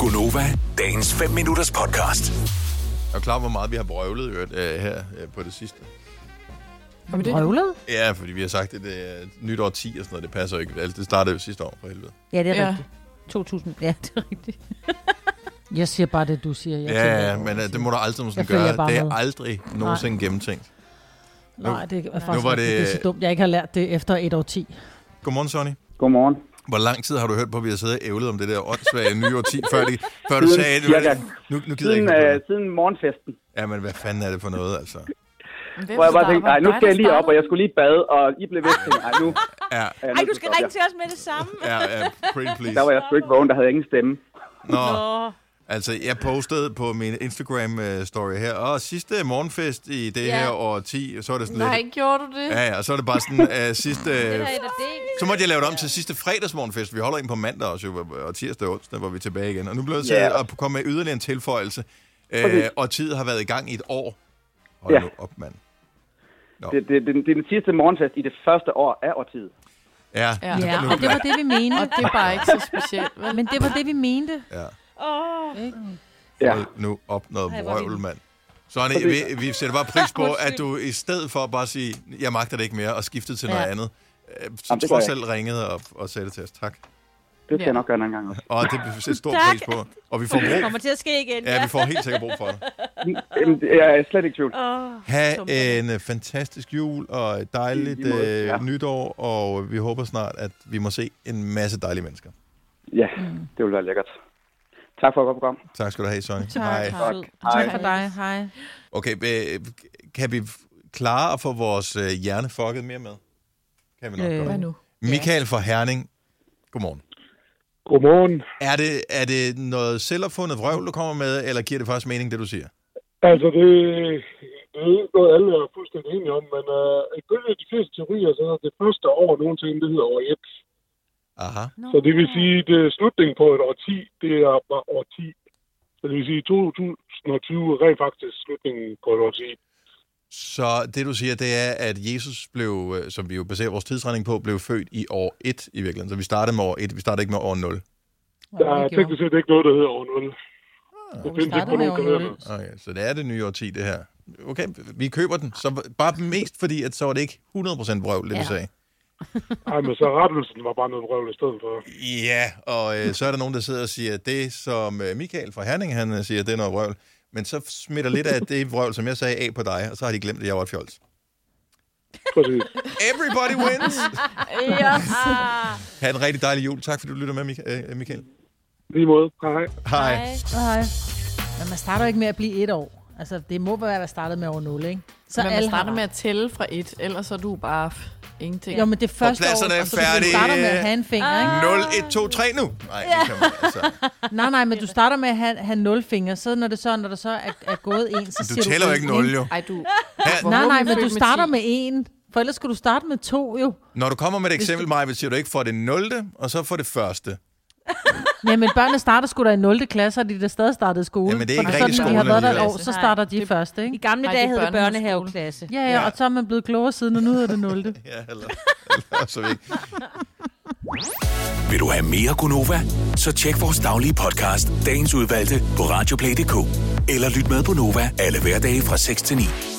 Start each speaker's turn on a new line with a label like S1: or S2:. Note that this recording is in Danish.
S1: Gunova, dagens 5 minutters podcast.
S2: Er du klar, over, hvor meget vi har brøvlet øh, øh, her øh, på det sidste?
S3: Kom det?
S4: Røvlet?
S2: Ja, fordi vi har sagt, at det er et nyt år 10 og sådan noget. Det passer jo ikke. Altså, det startede jo sidste år, for helvede.
S4: Ja, det er
S3: Ja.
S4: ja. rigtigt. 2000, ja, det er rigtigt.
S3: Jeg siger bare det, du siger. Jeg
S2: Ja, ja, men øh, det må du aldrig nogensinde
S3: Jeg følger
S2: gøre.
S3: bare
S2: Det er
S3: med.
S2: aldrig nogensinde gennemtænkt.
S3: Nej, det er faktisk
S2: var
S3: det...
S2: det-
S3: det er så dumt. Jeg ikke har lært det efter et år ti.
S2: Godmorgen, Sonny.
S5: Godmorgen.
S2: Hvor lang tid har du hørt på, at vi har siddet og ævlet om det der åndssvage nye år 10, før, det, før du sagde, nu, er det- nu, nu gider jeg
S5: Siden,
S2: ikke. høre på
S5: øh,
S2: det.
S5: siden morgenfesten,
S2: Jamen, hvad fanden er det for noget, altså?
S5: hvor jeg bare tænkte, nej, nu skal jeg lige op, og jeg skulle lige bade, og I blev væk. Tænkte, Ej, nu
S2: Ja,
S5: er jeg
S4: Ej,
S5: nødt
S4: du
S5: til
S4: skal
S5: at stoppe
S4: ringe til os med det samme.
S2: ja, ja pretty please.
S5: jer. Der var jeg sgu ikke vågen, der havde jeg ingen stemme.
S2: Nå.
S4: Åh,
S2: Altså, jeg postede på min Instagram-story her, og sidste morgenfest i det
S4: Ja.
S2: her år 10, så er det sådan
S3: Nej,
S2: lidt...
S3: gjorde du det?
S2: Ja, ja, og så er det bare sådan, øh, sidste...
S4: det
S2: Øh,
S4: er et af det.
S2: så måtte jeg lave det om til sidste fredagsmorgenfest. Vi holder en på mandag også, jo, og tirsdag og onsdag, hvor vi er tilbage igen. Og nu bliver jeg nødt til
S5: Ja.
S2: at komme med yderligere en tilføjelse. Øh,
S5: Præcis.
S2: og tid har været i gang i et år. Hold
S5: Ja.
S2: nu op, mand.
S5: Det, det, det, det er den sidste morgenfest i det første år af årtiet.
S2: Ja,
S3: Ja.
S2: nu-
S6: Ja,
S2: nu-
S6: og det var det, vi mente.
S3: Og det er bare ikke så specielt. Vel?
S6: Men det var det, vi mente.
S4: Åh,
S5: Ja.
S2: Hold nu op noget
S4: Ej, hvor
S2: vrøvl,
S4: vildt.
S2: mand. Sonny, vi, vi sætter bare pris på, at du i stedet for at bare sige, jeg magter det ikke mere, og skifte til noget
S4: Ja.
S2: andet, øh, så
S5: Jamen, det gør
S2: trods
S5: jeg
S2: alt ringede og, og sagde det til os. Tak.
S5: Det skal jeg nok gøre en anden gang også.
S2: Og det vi sætter stor
S4: Tak.
S2: pris på. Og vi får
S4: det
S2: brug.
S4: kommer til at ske igen.
S2: Ja, vi får helt sikkert brug for det.
S5: Jamen, det- jeg er slet ikke i tvivl.
S4: Åh, Som-
S2: Ha' en øh, fantastisk jul og et dejligt
S5: I lige måde, ja.
S2: øh, nytår, og vi håber snart, at vi må se en masse dejlige mennesker.
S5: Ja, det ville være lækkert. Tak for at gå på program.
S2: Tak skal du have, Sonny.
S6: Tak,
S2: Hej.
S6: Karl.
S5: Hej.
S6: tak for dig. Hej.
S2: Okay, øh, kan vi f- klare at få vores øh, hjerne fucket mere med? Kan vi nok
S4: Øh,
S2: godt.
S3: Hvad nu?
S2: Michael fra Herning. Godmorgen.
S7: Godmorgen.
S2: Er det, er det noget selvopfundet vrøvl, du kommer med, eller giver det først mening, det du siger?
S7: Altså, det, det er ikke noget, alle er fuldstændig enige om, men uh, ifølge de fleste teorier, så er det første år nogensinde, det hedder år 1.
S2: Aha.
S7: Så det vil sige, at det er slutningen på et årti, det er bare årti. Så det vil sige, at 2020 er rent faktisk slutningen på et årti.
S2: Så det, du siger, det er, at Jesus blev, øh, som vi jo baserer vores tidsregning på, blev født i år 1 i virkeligheden. Så vi startede med år 1, vi startede ikke med år 0.
S7: Der er teknisk set ikke noget, der hedder år 0. Det findes ikke
S6: startede
S7: på
S6: med
S7: nogen
S6: år
S7: kalender.
S2: Okay, så det er det nye år 10, det her. Okay, vi køber den. Så bare mest fordi, at så var det ikke 100% brøvl, det ja.
S4: Ja.
S2: du sagde.
S7: Ej, men så rettelsen var bare noget vrøvl i stedet for.
S2: Ja, og øh, så er der nogen, der sidder og siger, at det, som øh, Michael fra Herning han, øh, siger, det er noget vrøvl. Men så smitter lidt af det vrøvl, som jeg sagde, af på dig, og så har de glemt, at jeg var et fjols.
S7: Præcis.
S2: Everybody wins!
S3: Ja.
S2: ha' en rigtig dejlig jul. Tak, fordi du lytter med, Mik- øh, Michael.
S7: Lige måde. Hej, hej.
S2: Hej.
S3: Hej.
S4: Men man starter
S3: ikke med at blive et år. Altså, det må være, at jeg startede med over 0, ikke?
S6: Så
S3: Så Men
S6: alle har
S3: man starter
S6: ret.
S3: med at tælle fra et, ellers er du bare f- ingenting. Jo, men det
S2: første pladserne år, er og så kan du færdige. starte med at have
S3: en finger, ikke?
S2: 0, 1, 2, 3 nu! Nej, det kan man altså.
S3: Nej, nej, men du starter med at have, have 0 fingre, så når, det så, når der så er, er gået en, så
S2: Du
S3: siger
S2: tæller jo ikke 0, jo.
S6: Ej, du...
S2: Her,
S3: Nej, nej, men
S6: Hvorfor
S3: du
S6: født med
S3: starter
S6: ti?
S3: med en, for ellers skulle du starte med to, jo.
S2: når du kommer med et eksempel, Maja, siger du ikke for det 0. og så for det første.
S3: Ja, men børnene starter sgu da i 0. klasse, og de der stadig startede skole.
S2: Jamen, det er ikke
S3: For
S2: rigtig
S3: sådan,
S2: skole
S3: de har været der et
S2: alligevel.
S3: år, så starter de først,
S4: I
S3: ikke?
S4: gamle
S6: Nej,
S4: dage
S6: det er
S4: hed det
S6: børnehave-
S4: børnehaveklasse.
S3: Ja, ja, og så er man blevet klogere siden, og nu hedder det 0.
S2: Ja, eller, eller så vi ikke.
S1: Vil du have mere Gunova? Så tjek vores daglige podcast, dagens udvalgte, på radioplay.dk. Eller lyt med på Nova alle hverdage fra 6 til 9.